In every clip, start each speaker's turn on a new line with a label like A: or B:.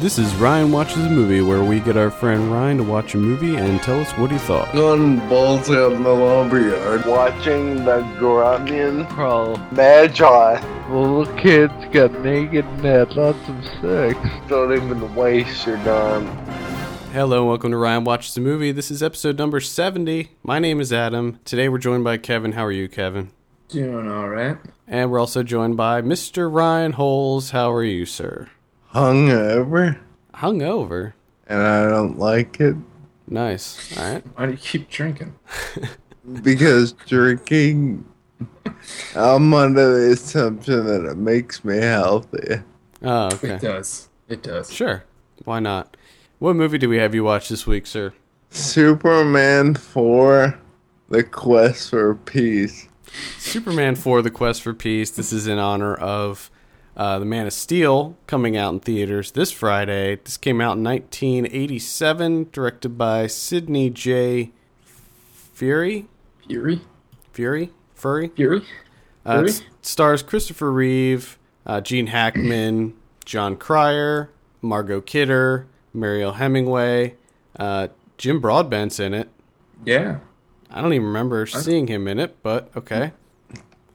A: This is Ryan Watches a Movie, where we get our friend Ryan to watch a movie and tell us what he thought.
B: Gun balls out in the lumber yard.
C: watching the Grunion Pro Magi. Little kids got naked and had lots of sex. Don't even waste your time.
A: Hello, and welcome to Ryan Watches a Movie. This is episode number 70. My name is Adam. Today we're joined by Kevin. How are you, Kevin?
D: Doing all right.
A: And we're also joined by Mr. Ryan Holes. How are you, sir?
B: Hungover,
A: Hungover.
B: and I don't like it
A: Nice. All right.
D: Why do you keep drinking?
B: because drinking. I'm under the assumption that it makes me healthy.
A: Oh,
D: It
A: okay.
D: does. It does.
A: Sure. Why not? What movie do we have you watch this week, sir?
B: Superman 4 The Quest for Peace.
A: Superman 4 The Quest for Peace. This is in honor of uh, The Man of Steel coming out in theaters this Friday. This came out in 1987, directed by Sidney J. Fury.
D: Fury?
A: Fury? Furry?
D: Fury?
A: Uh,
D: Fury?
A: it stars Christopher Reeve, uh, Gene Hackman, John Cryer, Margot Kidder, Mariel Hemingway. Uh, Jim Broadbent's in it.
D: yeah.
A: I don't Hmm. even remember seeing him in it, but okay.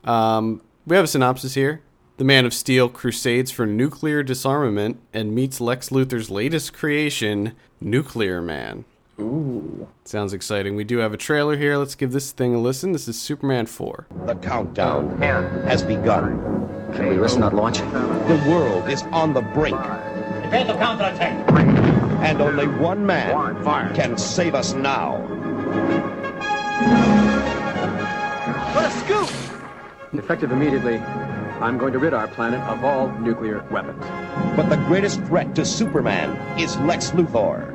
A: Um, we have a synopsis here. The Man of Steel crusades for nuclear disarmament and meets Lex Luthor's latest creation, Nuclear Man.
D: Ooh.
A: Sounds exciting. We do have a trailer here. Let's give this thing a listen. This is Superman 4.
E: The countdown has begun. Can we risk not launch? The world is on the brink,
F: Prepare the counterattack.
E: and only one man can save us now.
G: Effective immediately, I'm going to rid our planet of all nuclear weapons.
E: But the greatest threat to Superman is Lex Luthor.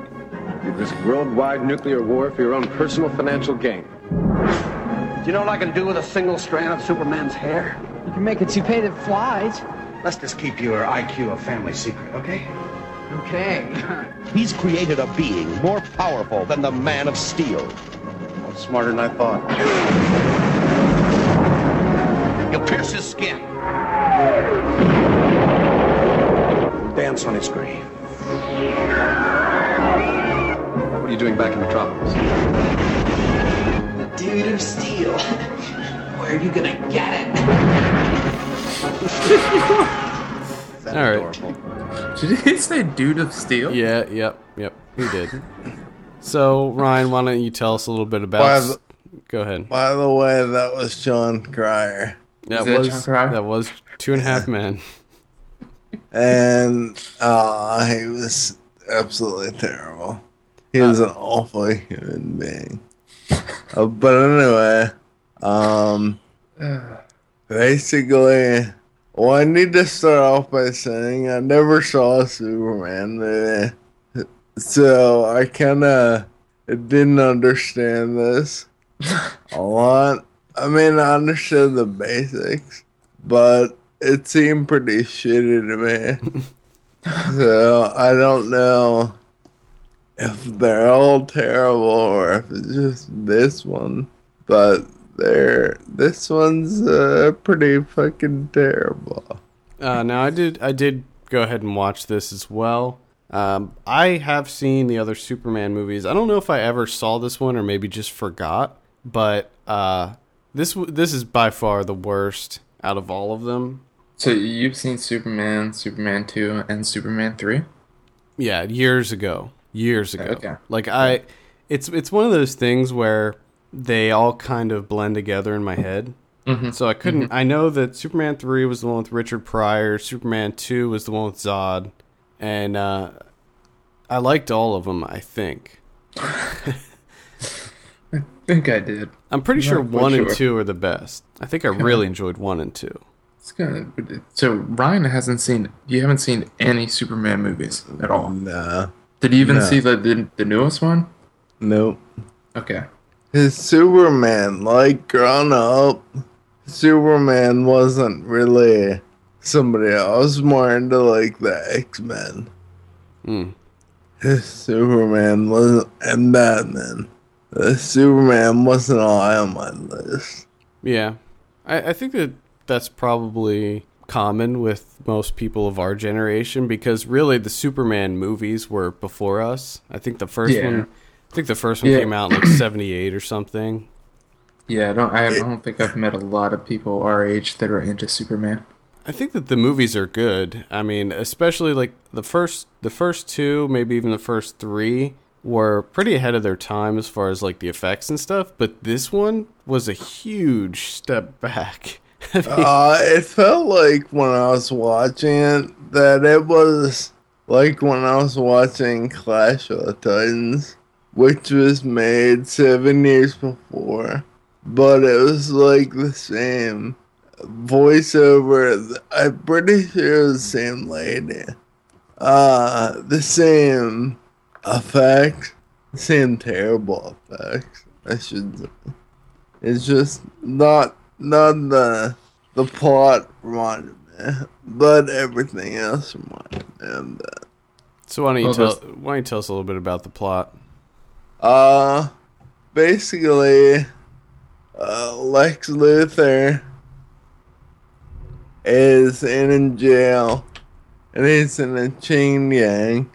G: You risk worldwide nuclear war for your own personal financial gain. Do you know what I can do with a single strand of Superman's hair?
H: You can make a toupee that flies.
I: Let's just keep your IQ a family secret, okay?
H: Okay.
E: He's created a being more powerful than the Man of Steel.
I: Smarter than I thought. You'll pierce his skin. Dance on his grave.
G: What are you doing back in Metropolis?
J: Dude of Steel. Where are you gonna get it?
A: All right.
D: Did he say dude of steel?
A: Yeah, yep, yep. He did. so, Ryan, why don't you tell us a little bit about.
B: Why is-
A: Go ahead.
B: By the way, that was John Cryer.
A: That
D: that
A: was,
D: John Cryer?
A: that was Two and a Half Men.
B: And uh, he was absolutely terrible. He was an awful human being. Uh, but anyway, um, basically, well, I need to start off by saying I never saw a Superman movie, so I kind of didn't understand this a lot. I mean, I understood the basics, but it seemed pretty shitty to me. so I don't know if they're all terrible or if it's just this one, but they're this one's uh, pretty fucking terrible.
A: Uh, now I did I did go ahead and watch this as well. Um, I have seen the other Superman movies. I don't know if I ever saw this one or maybe just forgot, but uh, this w- this is by far the worst out of all of them.
D: So you've seen Superman, Superman 2, and Superman 3?
A: Yeah, years ago. Years ago.
D: Okay.
A: Like I it's it's one of those things where they all kind of blend together in my head.
D: Mm-hmm.
A: So I couldn't I know that Superman 3 was the one with Richard Pryor, Superman 2 was the one with Zod, and uh I liked all of them, I think.
D: I think I did.
A: I'm pretty sure
D: Not quite
A: 1 and
D: sure.
A: 2 are the best. I think I really enjoyed 1 and 2.
D: It's good. So Ryan hasn't seen, you haven't seen any Superman movies at all.
B: Nah,
D: Did you even
B: No.
D: see the, the, the newest one?
B: nope.
D: Okay.
B: His Superman, like growing up, Superman wasn't really somebody else, more into like the X Men.
A: Mm.
B: His Superman wasn't, and Batman. The Superman wasn't all on my list.
A: Yeah. I, I think that that's probably common with most people of our generation because really the Superman movies were before us. I think the first
D: Yeah.
A: one, I think the first one
D: Yeah.
A: came out in like '78 or something.
D: Yeah, I don't. I don't think I've met a lot of people our age that are into Superman.
A: I think that the movies are good. I mean, especially like the first the first two, maybe even the first three were pretty ahead of their time as far as like the effects and stuff, but this one was a huge step back. I mean,
B: uh, it felt like when I was watching it that it was like when I was watching Clash of the Titans, which was made seven years before, but it was like the same voiceover. I'm pretty sure it was the same lady, uh, the same effect, same terrible effects. I should. Say. It's just not not the the plot reminded me, but everything else reminded me of that.
A: So why don't you
D: Oh,
B: Well,
A: tell
B: that's-
A: why don't you tell us a little bit about the plot?
B: Uh, basically, uh, Lex Luthor is in jail, and he's in a chain gang,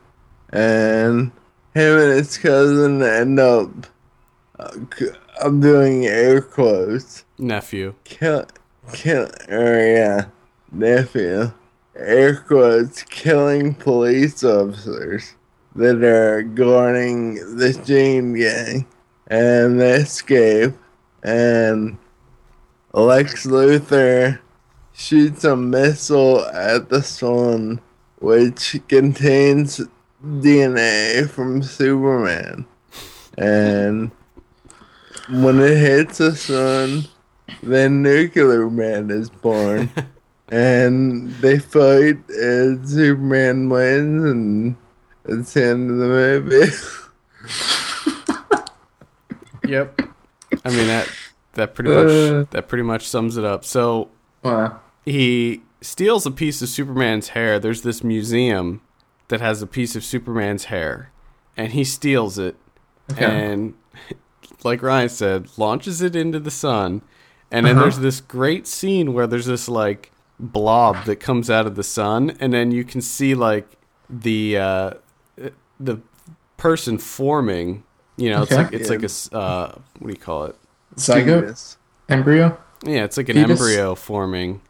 B: and him and his cousin end up. Uh, c- I'm doing air quotes.
A: Nephew.
B: kill, kill, or yeah, nephew, air quotes, killing police officers that are guarding the chain gang, and they escape, and Lex Luthor shoots a missile at the sun, which contains DNA from Superman, and when it hits the sun, then Nuclear Man is born. and they fight, and Superman wins, and it's the end of the movie.
A: Yep. I mean that that pretty much that pretty much sums it up. So he steals a piece of Superman's hair. There's this museum that has a piece of Superman's hair, and he steals it,
D: Okay.
A: and like Ryan said, launches it into the sun. And then
D: Uh-huh.
A: there's this great scene where there's this like blob that comes out of the sun, and then you can see like the uh, the person forming. You know, it's
D: Okay.
A: like it's like a s- uh, what do you call it?
D: Zygote, embryo.
A: Yeah, it's like an
D: Fetus?
A: embryo forming,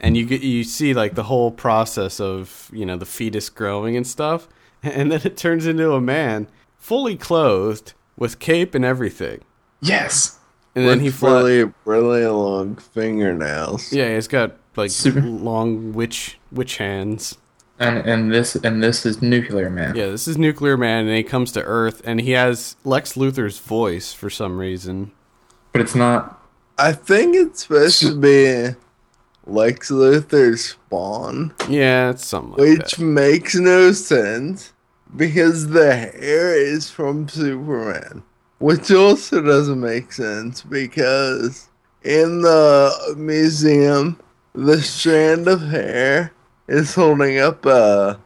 A: and you get you see like the whole process of you know the fetus growing and stuff, and then it turns into a man fully clothed with cape and everything.
D: Yes.
A: And then he
B: With
A: fly-
B: really, really long fingernails.
A: Yeah, he's got like
D: Super-
A: long witch witch hands.
D: And and this and this is Nuclear Man.
A: Yeah, this is Nuclear Man, and he comes to Earth, and he has Lex Luthor's voice for some reason.
D: But it's not.
B: I think it's supposed to be Lex Luthor's spawn,
A: Yeah, it's something like
B: which makes no sense because the hair is from Superman, which also doesn't make sense because in the museum, the strand of hair is holding up a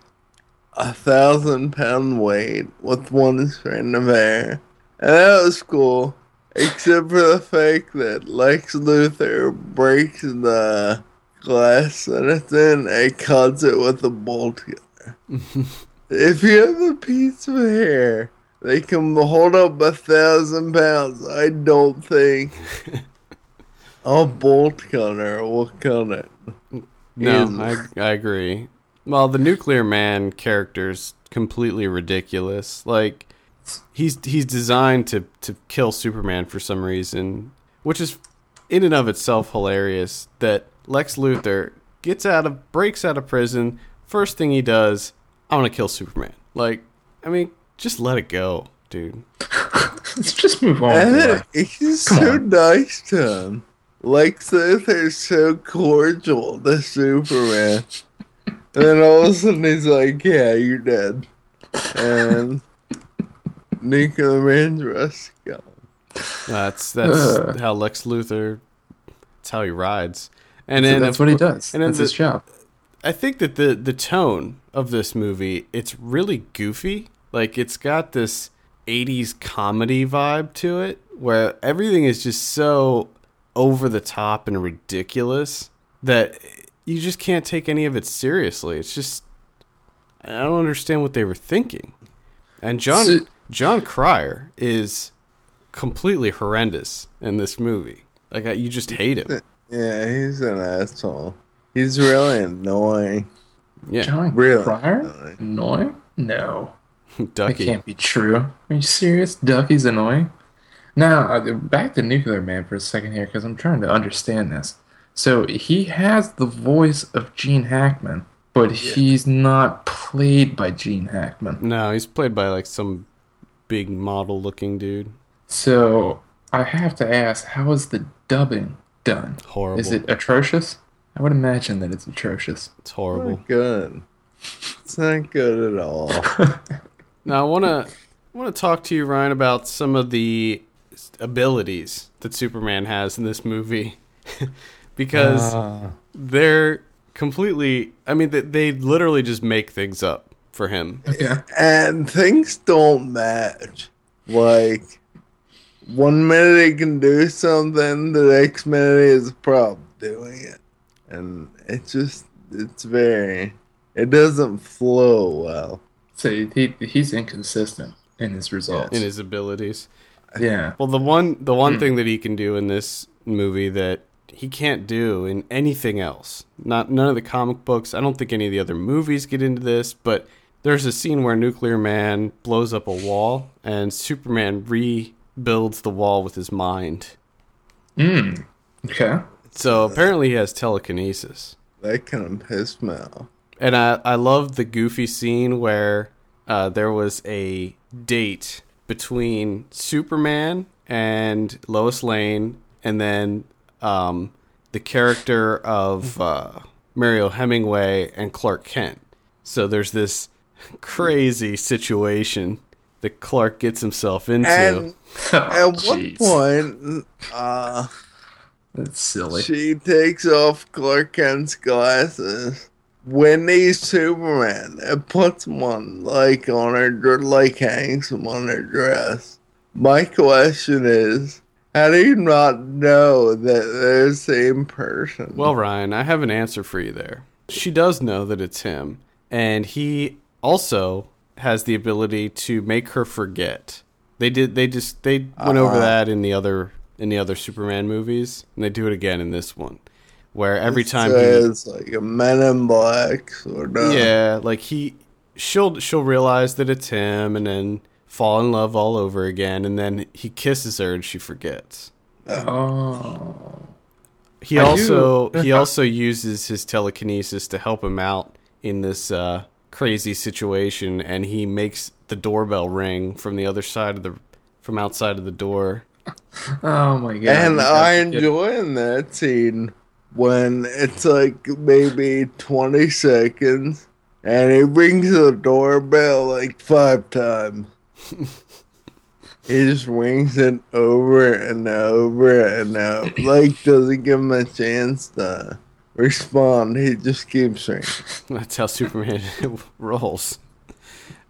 B: a thousand pound weight with one strand of hair, and that was cool. Except for the fact that Lex Luthor breaks the glass that it's in and cuts it with a bolt cutter. if you have a piece of hair they can hold up a thousand pounds, I don't think a bolt cutter will cut it.
A: No,
B: Ew.
A: I, I agree. Well, the nuclear man character's completely ridiculous. Like he's he's designed to to kill Superman for some reason, which is in and of itself hilarious that Lex Luthor gets out of breaks out of prison, first thing he does, I want to kill Superman. Like, I mean, just let it go, dude.
D: Let's just move on.
B: And
D: with
B: then
D: life.
B: he's
D: Come
B: so nice to him. Like Luthor's so cordial to Superman. and then all of a sudden he's like, Yeah, you're dead. And Nico Man's rescue.
A: That's that's
D: Ugh.
A: how Lex Luthor. That's how he rides, and
D: So
A: then
D: that's
A: of
D: what he
A: cour-
D: does.
A: And then
D: that's his
A: the-
D: job.
A: I think that the the tone of this movie it's really goofy. Like it's got this 80s comedy vibe to it where everything is just so over the top and ridiculous that you just can't take any of it seriously. It's just I don't understand what they were thinking. And John
D: So-
A: John Cryer is completely horrendous in this movie. Like I, you just hate him.
B: Yeah, he's an asshole. He's really annoying.
A: Yeah,
D: John
B: Really?
D: Cryer? Annoying? No. That
A: Ducky.
D: can't be true. Are you serious? Ducky's annoying. Now uh, back to Nuclear Man for a second here, because I'm trying to understand this. So he has the voice of Gene Hackman, but he's not played by Gene Hackman.
A: No, he's played by like some big model-looking dude.
D: So I have to ask, how is the dubbing done?
A: Horrible.
D: Is it atrocious? I would imagine that it's atrocious.
A: It's horrible.
B: Not good. It's not good at all.
A: Now I want to want to talk to you, Ryan, about some of the abilities that Superman has in this movie, because they're completely. I mean, they, they literally just make things up for him.
D: Yeah.
B: and things don't match. Like one minute he can do something, the next minute he has a problem doing it, and it just it's very it doesn't flow well.
D: So he he's inconsistent in his results.
A: In his abilities.
D: yeah.
A: Well, the one the one thing that he can do in this movie that he can't do in anything else. Not none of the comic books. I don't think any of the other movies get into this, but there's a scene where Nuclear Man blows up a wall and Superman rebuilds the wall with his mind.
D: Mm. Okay.
A: So apparently he has telekinesis.
B: That kind of piss me off.
A: And I, I love the goofy scene where uh, there was a date between Superman and Lois Lane, and then um, the character of uh, Mario Hemingway and Clark Kent. So there's this crazy situation that Clark gets himself into.
B: And
D: Oh,
B: at one
D: jeez.
B: point, uh,
D: That's silly.
B: she takes off Clark Kent's glasses when he's Superman and puts them on, like on her, dr- like hangs them on her dress. My question is, how do you not know that they're the same person?
A: Well, Ryan, I have an answer for you there. She does know that it's him, and he also has the ability to make her forget. They did. They just they went over that in the other in the other Superman movies, and they do it again in this one, where every time
B: so
A: he
B: it's uh. like a Men in Black sort of.
A: yeah, like he she'll she'll realize that it's him and then fall in love all over again and then he kisses her and she forgets.
D: Oh.
A: He
D: I
A: also he also uses his telekinesis to help him out in this uh, crazy situation and he makes the doorbell ring from the other side of the from outside of the door.
D: Oh my god.
B: And
D: That's
B: I
D: good.
B: enjoy in that scene when it's like maybe 20 seconds and he rings the doorbell like five times. he just rings it over and over and over. Like, doesn't give him a chance to respond. He just keeps ringing.
A: That's how Superman rolls.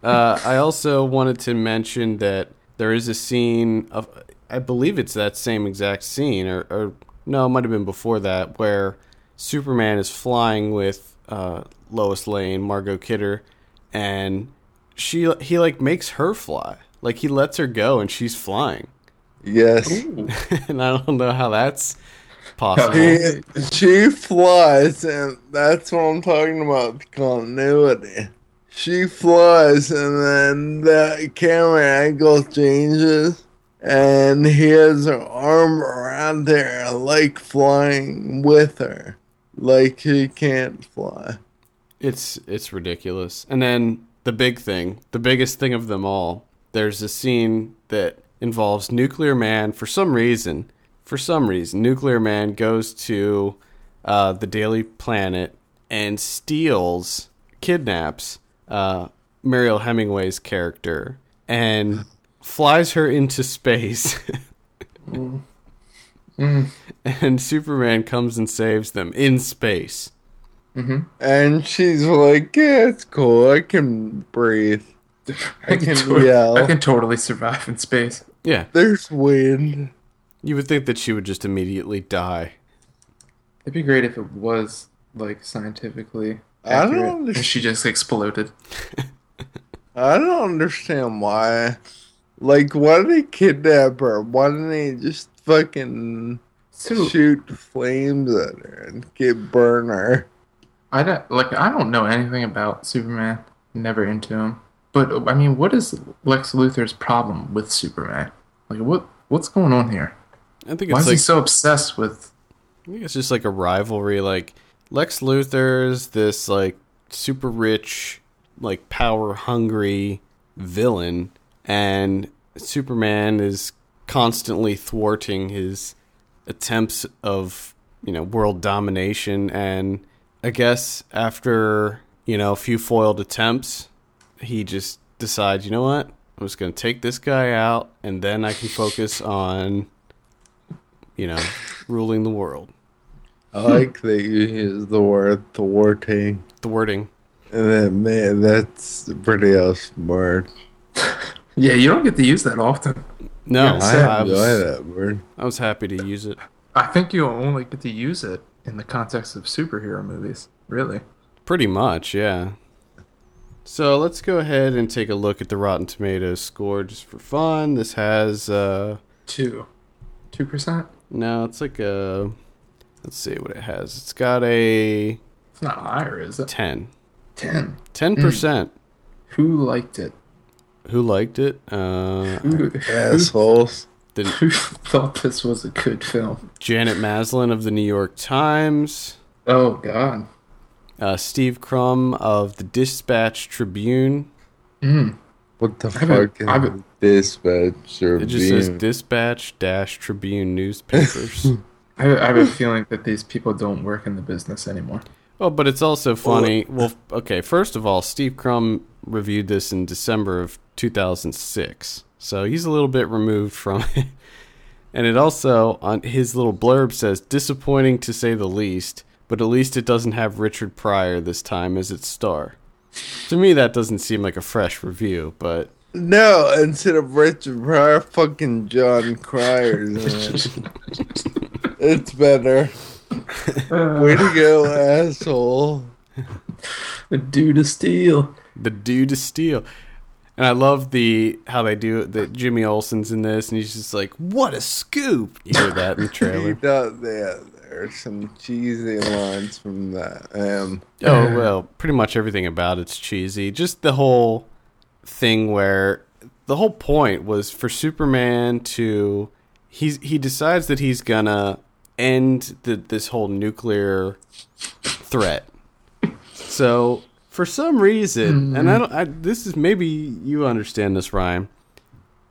A: Uh, I also wanted to mention that there is a scene of, I believe it's that same exact scene, or, or no, it might have been before that, where Superman is flying with uh, Lois Lane, Margot Kidder, and she he like makes her fly, like he lets her go, and she's flying,
B: Yes.
A: and I don't know how that's possible.
B: He, she flies, and that's what I'm talking about the continuity. She flies, and then the camera angle changes, and he has her arm around her, like flying with her. Like he can't fly.
A: It's it's ridiculous. And then the big thing, the biggest thing of them all, there's a scene that involves Nuclear Man for some reason. For some reason, Nuclear Man goes to uh, the Daily Planet and steals, kidnaps uh, Mariel Hemingway's character and flies her into space. And Superman comes and saves them in space.
B: And she's like, yeah, it's cool. I can breathe.
D: I
B: can
D: can, tot-
B: yell.
D: I can totally survive in space.
A: Yeah.
B: There's wind.
A: You would think that she would just immediately die.
D: It'd be great if it was like scientifically
B: I don't
D: accurate,
B: under-
D: and she just exploded.
B: I don't understand why. Like, why did he kidnap her? Why didn't he just fucking
D: So-
B: shoot flames at her and get burn her?
D: I don't like I don't know anything about Superman. Never into him. But I mean, what is Lex Luthor's problem with Superman? Like what what's going on here?
A: I think
D: Why
A: it's
D: is he
A: like
D: so obsessed with
A: I think it's just like a rivalry. Like Lex Luthor's this like super rich, like power hungry villain, and Superman is constantly thwarting his attempts of you know world domination. And I guess after you know a few foiled attempts, he just decides, you know what, I'm just gonna take this guy out, and then I can focus on you know ruling the world.
B: I like that you use the word thwarting.
A: the wording.
B: And then, man, that's pretty awesome word.
D: Yeah, you don't get to use that often.
A: No,
D: Yeah,
A: I,
D: same.
A: I
B: enjoy
A: was,
B: that word.
A: I was happy to use it.
D: I think you only get to use it in the context of superhero movies, really.
A: Pretty much, yeah. So let's go ahead and take a look at the Rotten Tomatoes score just for fun. This has uh
D: Two. Two percent?
A: no, it's like a let's see what it has. It's got a
D: It's not higher, is it?
A: 10.
D: Ten.
A: 10%.
D: Who liked it?
A: Who liked it? Uh
D: Who,
B: Assholes.
A: did
D: who thought this was a good film?
A: Janet Maslin of the New York Times,
D: Oh god.
A: uh, Steve Crum of the Dispatch Tribune.
B: What the
D: I've been-
B: fuck is
D: I've been-
B: dispatch or
A: It just says
B: being-
A: Dispatch Dash Tribune newspapers.
D: I, I have a feeling that these people don't work in the business anymore.
A: Well, but it's also funny. Well, f- okay, first of all, Steve Crum reviewed this in December of 2006. So he's a little bit removed from it. And it also, on his little blurb says, disappointing to say the least, but at least it doesn't have Richard Pryor this time as its star. To me, that doesn't seem like a fresh review, but
B: No, instead of Richard Pryor, fucking John Cryer. it's better. Way to go, asshole.
D: Due to steel.
A: the dude is steel. And I love the how they do it, that Jimmy Olsen's in this, and he's just like, what a scoop! You hear that in the
B: He
A: trailer.
B: thought that there's some cheesy lines from that. Um,
A: Oh well, pretty much everything about it's cheesy. Just the whole thing where the whole point was for Superman to he's he decides that he's gonna end the, this whole nuclear threat. So for some reason, and I don't, I, this is maybe you understand this, Ryan.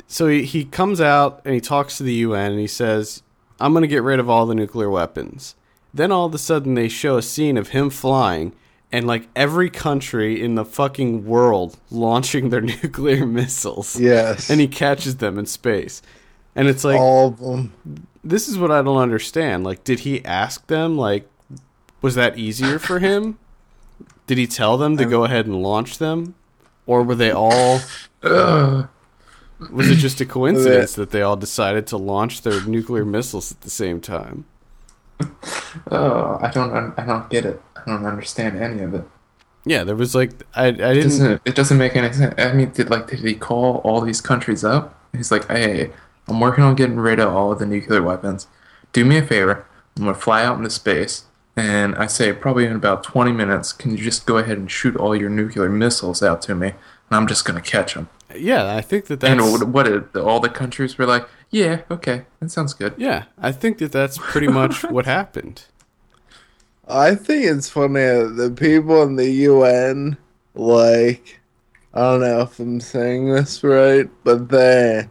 A: So he, he comes out and he talks to the UN and he says, "I'm gonna get rid of all the nuclear weapons." Then all of a sudden they show a scene of him flying and like every country in the fucking world launching their nuclear missiles.
B: yes.
A: And he catches them in space. And it's like
B: all of them.
A: this is what I don't understand. Like did he ask them like was that easier for him? Did he tell them to go ahead and launch them? Or were they all
D: Ugh.
A: was it just a coincidence that they all decided to launch their nuclear missiles at the same time?
D: Oh, I don't. un- I don't get it. I don't understand any of it.
A: Yeah, there was like I I
D: It
A: didn't
D: doesn't. It doesn't make any sense. I mean, did like did he call all these countries up? He's like, hey, I'm working on getting rid of all of the nuclear weapons. Do me a favor. I'm gonna fly out into space, and I say probably in about 20 minutes, can you just go ahead and shoot all your nuclear missiles out to me? And I'm just gonna catch them.
A: Yeah, I think that that's
D: And what, what did all the countries were like? Yeah, okay, that sounds good.
A: Yeah, I think that that's pretty much what happened.
B: I think it's funny that the people in the UN, like, I don't know if I'm saying this right, but they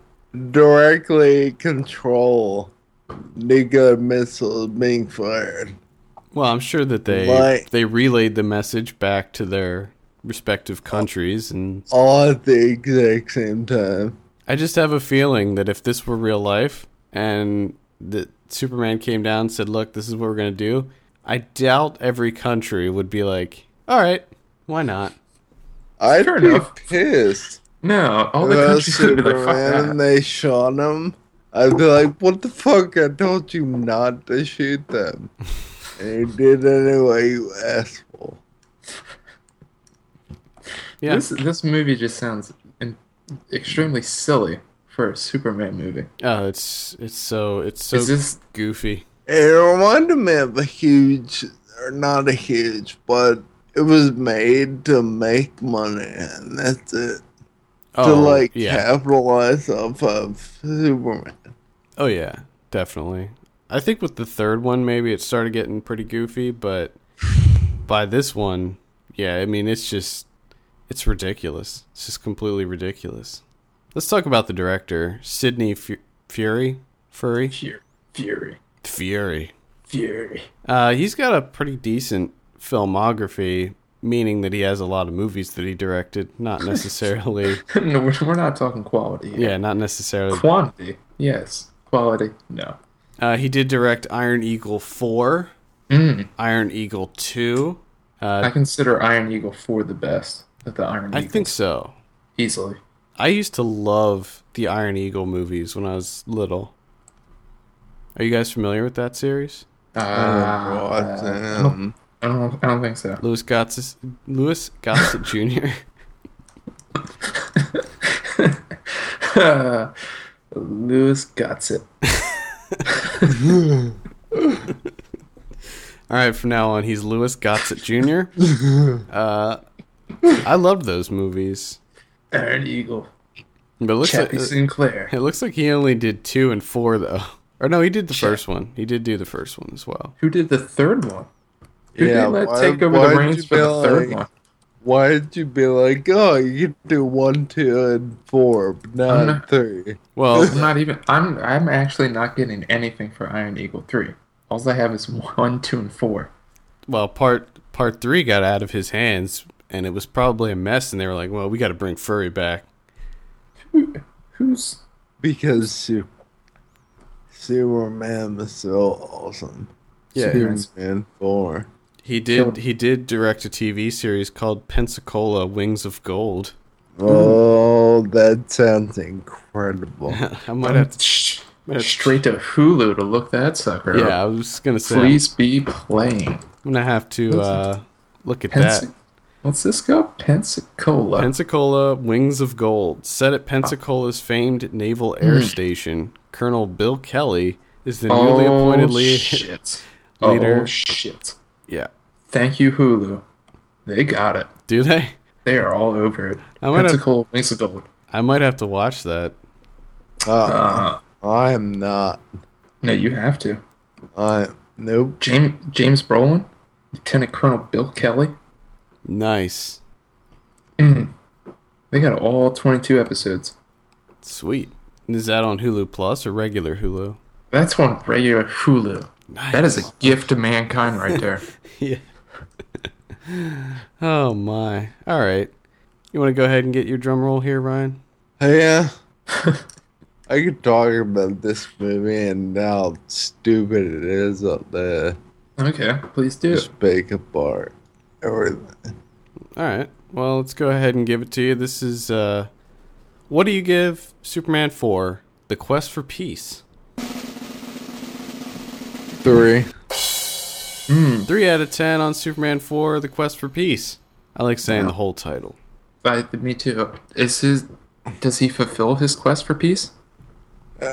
B: directly control nuclear missiles being fired.
A: Well, I'm sure that they
B: Like-
A: they relayed the message back to their respective countries and
B: All at the exact same time.
A: I just have a feeling that if this were real life and that Superman came down and said, "Look, this is what we're going to do." I doubt every country would be like, "All right, why not?"
B: I'd
D: Fair
B: be
D: enough.
B: pissed.
D: No, all the
B: Well,
D: countries would be like, fuck
B: Superman,
D: that.
B: they shot him. I'd be like, what the fuck? I told you not to shoot them. And you did anyway, you asshole.
A: Yeah.
D: This this movie just sounds in, extremely silly for a Superman movie.
A: Oh, it's it's so it's so
D: Is this-
A: goofy.
B: It reminded me of a huge, or not a huge, but it was made to make money, and that's it. to
A: Oh,
B: like
A: yeah.
B: capitalize off of Superman.
A: Oh yeah, definitely. I think with the third one, maybe it started getting pretty goofy, but by this one, yeah, I mean it's just it's ridiculous. It's just completely ridiculous. Let's talk about the director, Sidney Fu- Fury. Fury.
D: Fury, Fury,
A: Fury.
D: Fury.
A: Uh, he's got a pretty decent filmography, meaning that he has a lot of movies that he directed. Not necessarily,
D: no, we're, we're not talking quality. here.
A: yeah, not necessarily.
D: Quantity, yes. Quality, no.
A: Uh, he did direct Iron Eagle four,
D: Mm,
A: Iron Eagle two.
D: I
A: Uh,
D: consider Iron Eagle four the best of the Iron
A: I
D: Eagle.
A: think so.
D: easily.
A: I used to love the Iron Eagle movies when I was little. Are you guys familiar with that series?
D: Uh,
A: Ah.
B: God
D: I, don't,
B: damn.
D: I don't. I don't think so.
A: Louis Gossett, Louis Gossett Jr.
D: Lewis guts it.
A: All right, from now on, he's Louis Gossett Jr. Uh, I loved those movies,
D: Iron Eagle.
A: but it looks
D: Chappie
A: like
D: Sinclair.
A: it looks like he only did two and four though. Or no, he did the first one. He did do the first one as well.
D: Who did the third one? Who
B: Yeah,
D: did let
B: why-
D: take over the
B: why'd
D: reins
B: you
D: for the
B: feel
D: third
B: like-
D: one?
B: Why did you be like, oh, you can do one, two, and four, but not
D: I'm not-
B: three?
A: Well,
D: I'm not even. I'm. I'm actually not getting anything for Iron Eagle three. All I have is one, two, and four.
A: well, part part three got out of his hands, and it was probably a mess. And they were like, "Well, we got to bring Furry back."
D: Who, who's
B: Because Su- Superman is so awesome.
A: Yeah.
B: Superman four.
A: He did. He did direct a TV series called Pensacola Wings of Gold.
B: Oh, that sounds incredible.
A: I might have to.
D: Sh-
A: might have to-
D: straight to Hulu to look that sucker
A: Yeah,
D: up.
A: I was gonna say.
D: Please be playing.
A: I'm gonna have to uh, look at that.
D: Pensac- What's this called? Pensacola.
A: Pensacola Wings of Gold, set at Pensacola's famed Naval
D: Hmm.
A: Air Station. Colonel Bill Kelly is the newly appointed lead.
D: Oh, shit.
A: leader.
D: Oh shit.
A: Yeah,
D: Thank you, Hulu. They got it.
A: do they?
D: They are all over it.
A: I might have-
D: Pensacola Wings of Gold.
A: I might have to watch that.
B: Uh, I am not.
D: No, you have to.
B: I Uh, nope.
D: James James Brolin, Lieutenant Colonel Bill Kelly.
A: Nice,
D: They got all 22 episodes.
A: sweet. Is that on Hulu Plus or regular Hulu?
D: That's one regular Hulu. That is
A: Nice.
D: a gift to mankind right there.
A: yeah. oh my. All right. You want to go ahead and get your drum roll here, Ryan?
B: Yeah. uh, I could talk about this movie and how stupid it is up there.
D: okay, please do.
B: Just bake apart everything.
A: All right. Well, let's go ahead and give it to you. This is uh What do you give Superman 4? The Quest for Peace.
B: Three.
A: 3 out of 10 on Superman 4: The Quest for Peace. I like saying the whole title.
D: I, me too. Is his? Does he fulfill his quest for peace?
A: I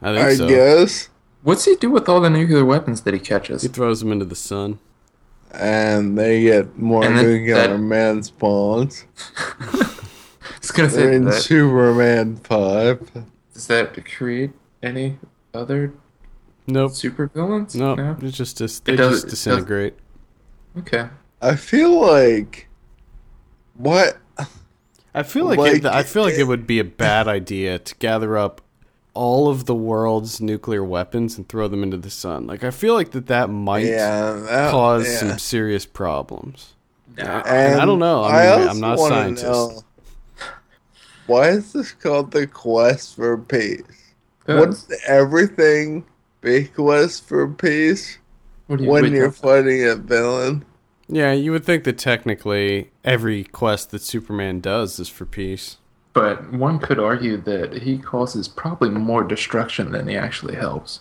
A: think
B: I
A: so.
B: guess.
D: What's he do with all the nuclear weapons that he catches?
A: He throws him into the sun.
B: And they get more
D: And then
B: nuclear
D: that-
B: man spawns.
D: It's gonna
B: They're
D: say
B: in
D: that,
B: Superman 5.
D: does that create any other
A: Nope.
D: supervillains?
A: Nope. It's just dis- they
D: does-
A: just
D: it does-
A: disintegrate.
D: Okay.
B: I feel like. What?
A: I feel like,
B: Like-
A: it, I feel like it would be a bad idea to gather up all of the world's nuclear weapons and throw them into the sun. Like I feel like that that might
B: Yeah. that-
A: cause
B: yeah.
A: some serious problems.
B: And
A: I don't know. I mean, I'm not a
B: wanna
A: scientist.
B: why is this called the quest for peace?
D: What,
B: Wouldn't everything be quest for peace
D: what do you,
B: when
D: wait,
B: you're fighting a villain?
A: Yeah, you would think that technically every quest that Superman does is for peace.
D: But one could argue that he causes probably more destruction than he actually helps.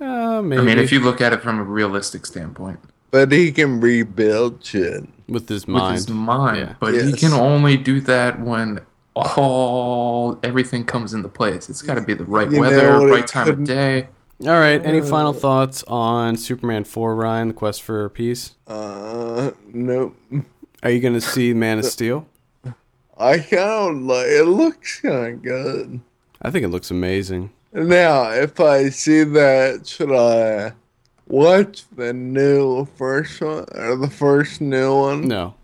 A: Uh, maybe.
D: I mean, if you look at it from a realistic standpoint,
B: But he can rebuild shit.
A: with his
D: with
A: mind,
D: his mind,
A: Yeah.
D: but he
B: Yes.
D: can only do that when all everything comes into place. It's got to be the right
B: You know
D: weather,
B: what, it
D: right time
B: couldn't-
D: of day.
A: All right.
D: Uh,
A: Any final thoughts on Superman 4, Ryan, The Quest for Peace?
B: Uh, nope.
A: Are you going to see Man
B: Uh,
A: of Steel?
B: I kind of like. It looks kind of good.
A: I think it looks amazing.
B: Now, if I see that, should I watch the new first one or the first new one?
A: No,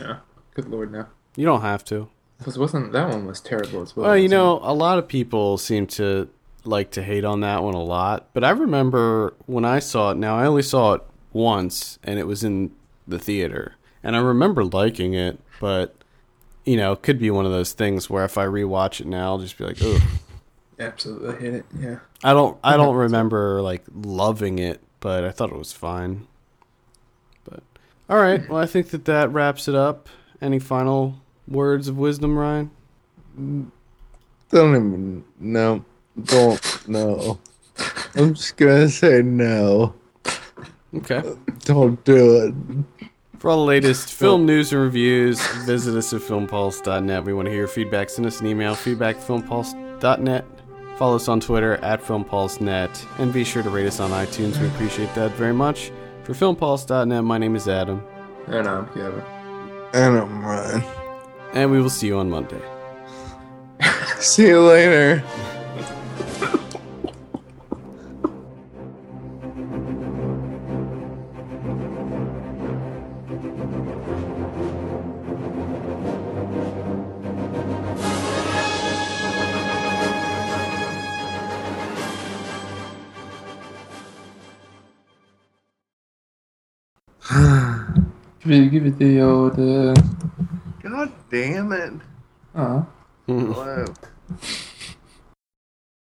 D: Yeah. Good lord, no.
A: you don't have to.
D: Because wasn't that one was terrible as well?
A: Well, you
D: wasn't it?
A: know, a lot of people seem to like to hate on that one a lot, but I remember when I saw it. Now, I only saw it once, and it was in the theater, and I remember liking it, but you know, it could be one of those things where if I rewatch it now, I'll just be like, "Ugh."
D: absolutely hate it. Yeah.
A: I don't, I don't remember like loving it, but I thought it was fine. But all right, well, I think that that wraps it up. Any final words of wisdom, Ryan?
B: Don't even. No. Don't. No. I'm just gonna say no.
A: Okay.
B: Don't do it.
A: For all the latest film news and reviews, visit us at filmpulse.net. We want to hear your feedback. Send us an email, feedback at filmpulse.net. Follow us on Twitter at filmpulse.net. And be sure to rate us on iTunes. We appreciate that very much. For filmpulse.net, my name is Adam.
D: And um, yeah.
B: And I'm Ryan.
A: And we will see you on Monday.
B: See you later.
D: Give it, give it the old. Uh,
B: God damn it.
D: uh,
B: Hello.